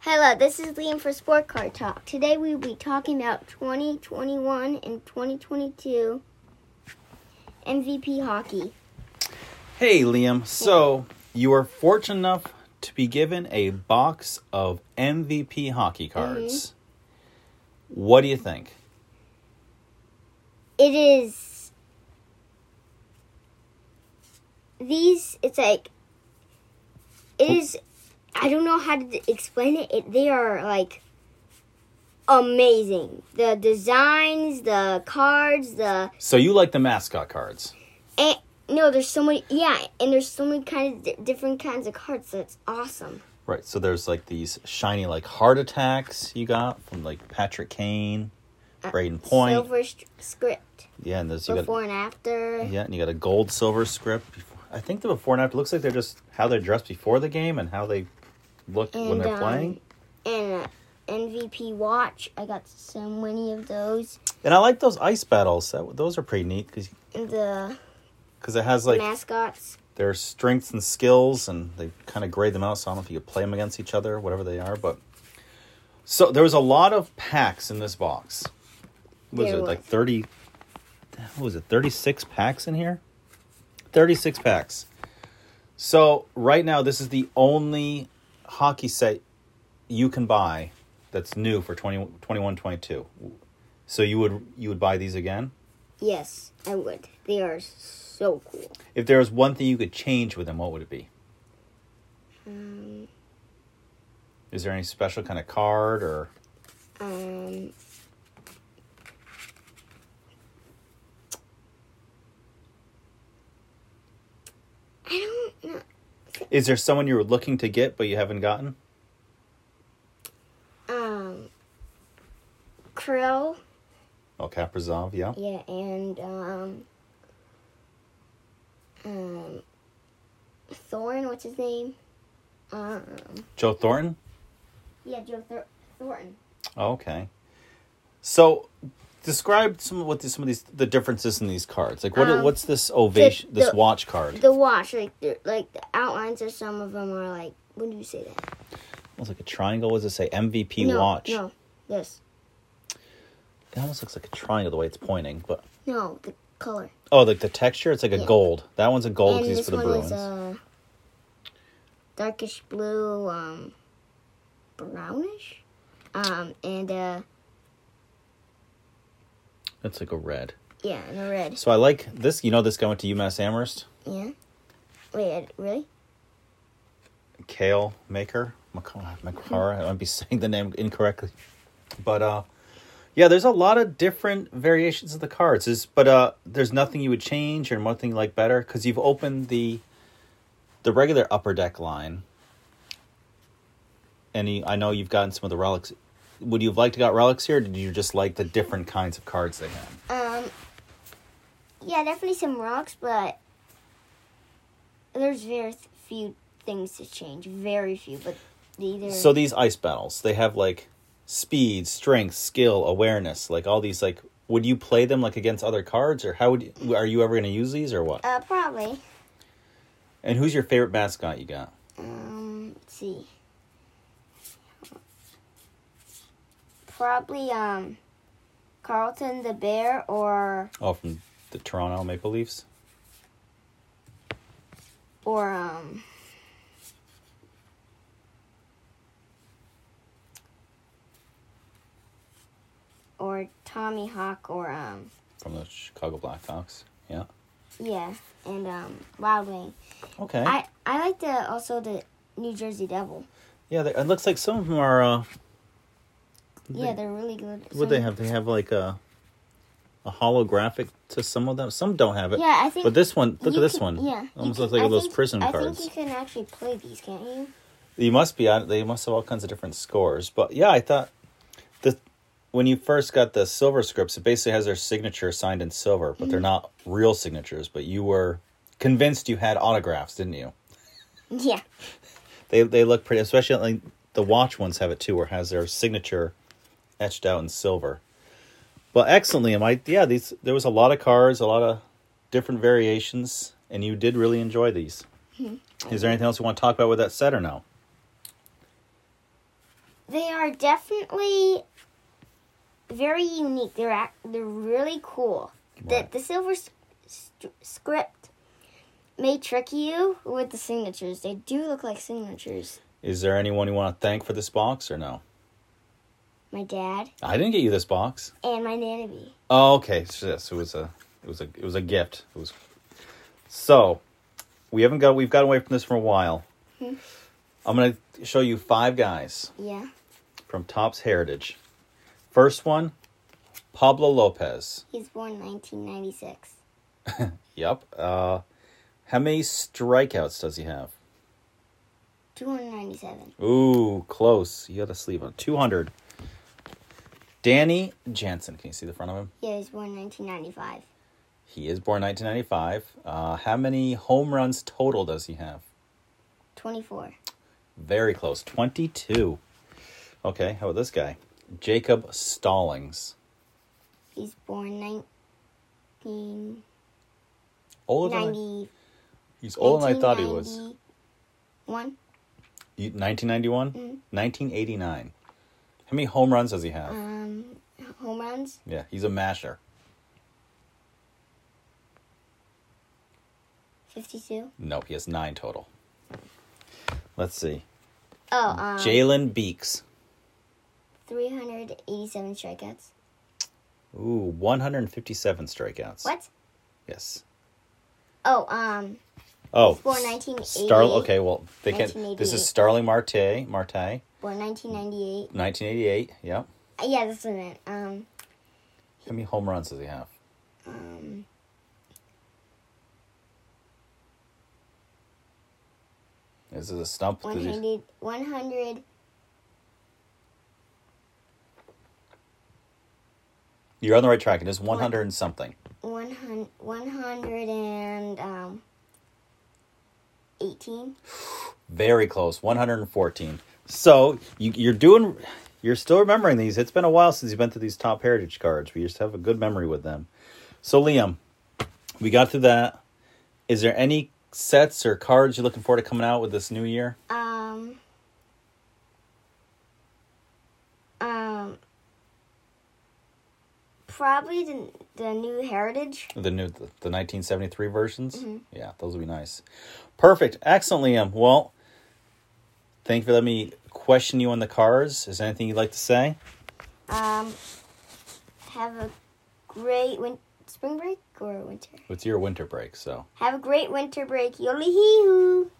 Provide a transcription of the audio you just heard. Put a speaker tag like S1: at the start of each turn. S1: Hello, this is Liam for Sport Car Talk. Today we will be talking about 2021 and 2022 MVP hockey.
S2: Hey, Liam. So, you were fortunate enough to be given a box of MVP hockey
S1: Mm-hmm.
S2: cards. What do you think?
S1: It is these. It's like it is. I don't know how to d- explain it. it. They are like amazing. The designs, the cards, the
S2: So, you like the mascot cards.
S1: and, no. There's so many. Yeah, and there's so many kind of d- different kinds of cards. That's awesome.
S2: Right. So, there's like these shiny, like, heart attacks you got from like Patrick Kane, Braden Point.
S1: Uh, Silver st- script.
S2: Yeah, and those you got.
S1: before and after.
S2: Yeah, and you got a gold silver script. Before. I think the before and after looks like they're just how they're dressed before the game and how they look when
S1: And,
S2: they're
S1: um,
S2: playing.
S1: And uh, a MVP watch. I got so many of those.
S2: And I like those ice battles. That, those are pretty neat because
S1: And the
S2: it has like
S1: mascots.
S2: their strengths and skills and they kind of grade them out so i don't know if you could play them against each other whatever they are but so there was a lot of packs in this box What was
S1: There
S2: it like
S1: was.
S2: 30 what was it 36 packs in here 36 packs so right now this is the only hockey set you can buy that's new for 20, 21 22 so you would you would buy these again
S1: Yes, I would. They are so cool.
S2: if there was one thing you could change with them, what would it be?
S1: Um,
S2: Is there any special kind of card or
S1: um, I don't know.
S2: is there someone you were looking to get but you haven't gotten?
S1: Um, Krill.
S2: Oh, Kaprizov, yeah.
S1: Yeah, and um, um, Thorn. What's his name? Um,
S2: Joe Thornton? Oh,
S1: yeah, Joe Thor- Thornton.
S2: Okay. So describe some what the, some of these the differences in these cards. Like what
S1: Um,
S2: what's this ovation this
S1: the-
S2: watch card?
S1: The watch, like, the, like the outlines of some of them are like. When do you say that?
S2: it was like a triangle. What does it say? MVP
S1: no,
S2: watch.
S1: No, this.
S2: It almost looks like a triangle the way it's pointing, but
S1: No, the color.
S2: oh, like the texture, it's like a
S1: Yeah.
S2: gold. That one's a gold
S1: and
S2: because
S1: this
S2: it's for the
S1: one
S2: Bruins.
S1: is uh, darkish blue, um, brownish, um, and uh,
S2: That's like a red.
S1: yeah, and a red.
S2: So I like this. You know, this guy went to UMass Amherst.
S1: Yeah. Wait, really?
S2: Kale Maker, Macar, Macara. I might be saying the name incorrectly, but uh, yeah, there's a lot of different variations of the cards. Is but uh, there's nothing you would change or nothing you like better because you've opened the the regular upper deck line. And you, I know you've gotten some of the relics. Would you have liked to got relics here? Or did you just like the different kinds of cards they had?
S1: Um, yeah, definitely some rocks, but there's very th- few things to change. Very few, but either
S2: So these ice battles, they have like speed, strength, skill, awareness, like all these like would you play them like against other cards or how would you, are you ever going to use these or what?
S1: uh, probably.
S2: And who's your favorite mascot you got?
S1: Um, let's see. Probably um, Carlton the bear or
S2: Oh, from the Toronto Maple Leafs.
S1: or um. Or Tommy Hawk, or um,
S2: From the Chicago Blackhawks. Yeah.
S1: Yeah, and um, Wild Wing.
S2: Okay.
S1: I I like the also the New Jersey Devil.
S2: yeah, they, it looks like some of them are uh
S1: Yeah, they're really good.
S2: what they have? They have like a a holographic to some of them. Some don't have it.
S1: Yeah, I think.
S2: But this one, look
S1: you
S2: at this
S1: can-
S2: one.
S1: Yeah, you
S2: Almost
S1: can-
S2: looks like
S1: I
S2: those
S1: think-
S2: prison
S1: I
S2: cards.
S1: think you can actually play these, can't you?
S2: You must be on. They must have all kinds of different scores. But yeah, I thought the when you first got the silver scripts, it basically has their signature signed in silver, but they're not real signatures. But you were convinced you had autographs, didn't you?
S1: Yeah,
S2: They they look pretty, especially like the watch ones have it too, where it has their signature etched out in silver. Well, excellently, am I? Yeah, these there was a lot of cards, a lot of different variations, and you did really enjoy these. Is there anything else you want to talk about with that set or no?
S1: They are definitely very unique. They're ac they're really cool.
S2: Right.
S1: The the silver s- st- script may trick you with the signatures. They do look like signatures.
S2: Is there anyone you want to thank for this box or no?
S1: My dad
S2: I didn't get you this box.
S1: and my nanny.
S2: Oh, okay. So yes, it was a, it was a, it was a gift. It was. So, we haven't got. We've got away from this for a while. I'm gonna show you five guys
S1: Yeah,
S2: from Topps Heritage. First one, Pablo Lopez.
S1: he's born 1996.
S2: Yep. Uh, how many strikeouts does he have?
S1: 297.
S2: Ooh, close. You got a sleeve on 200. Danny Jansen. Can you see the front of him?
S1: Yeah, he's born 1995.
S2: He is born 1995. Uh, how many home runs total does he have?
S1: 24.
S2: Very close. 22. Okay, how about this guy? Jacob Stallings.
S1: He's born 1990.
S2: Older than I, he's older than I thought he was.
S1: One.
S2: You- 1991? 1989. How many home runs does he have?
S1: Um, home runs.
S2: Yeah, he's a masher.
S1: 52.
S2: No, he has nine total. Let's see.
S1: Oh,
S2: Hmm.
S1: um,
S2: Jalen Beeks.
S1: 387 strikeouts.
S2: Ooh, 157 strikeouts.
S1: What?
S2: Yes.
S1: Oh, um,
S2: Oh.
S1: Born
S2: S-
S1: 1988.
S2: Starl- okay, well, they can.
S1: 1988.
S2: This is Starling Marte, Marte,
S1: born 1998.
S2: 1988. Yep.
S1: Uh, Yeah, that's what I meant. Um,
S2: How many home runs does he have?
S1: um,
S2: Is it a stump? Does he-
S1: 100, 100,
S2: You're on the right track. It is 100 and something.
S1: 100, 100 and, um, 18.
S2: Very close. 114. So you, you're doing. You're still remembering these. It's been a while since you've been through these top heritage cards. We just have a good memory with them. So Liam, we got through that. Is there any sets or cards you're looking forward to coming out with this new year?
S1: Um, um, probably the, the new heritage.
S2: The new the, the 1973 versions? Yeah, those would be nice. Perfect. Excellent, Liam. Well, thank you for letting me question you on the cars. Is there anything you'd like to say?
S1: Um, have a great win- spring break or winter.
S2: It's your winter break, so
S1: Have a great winter break. Yoli hee hoo.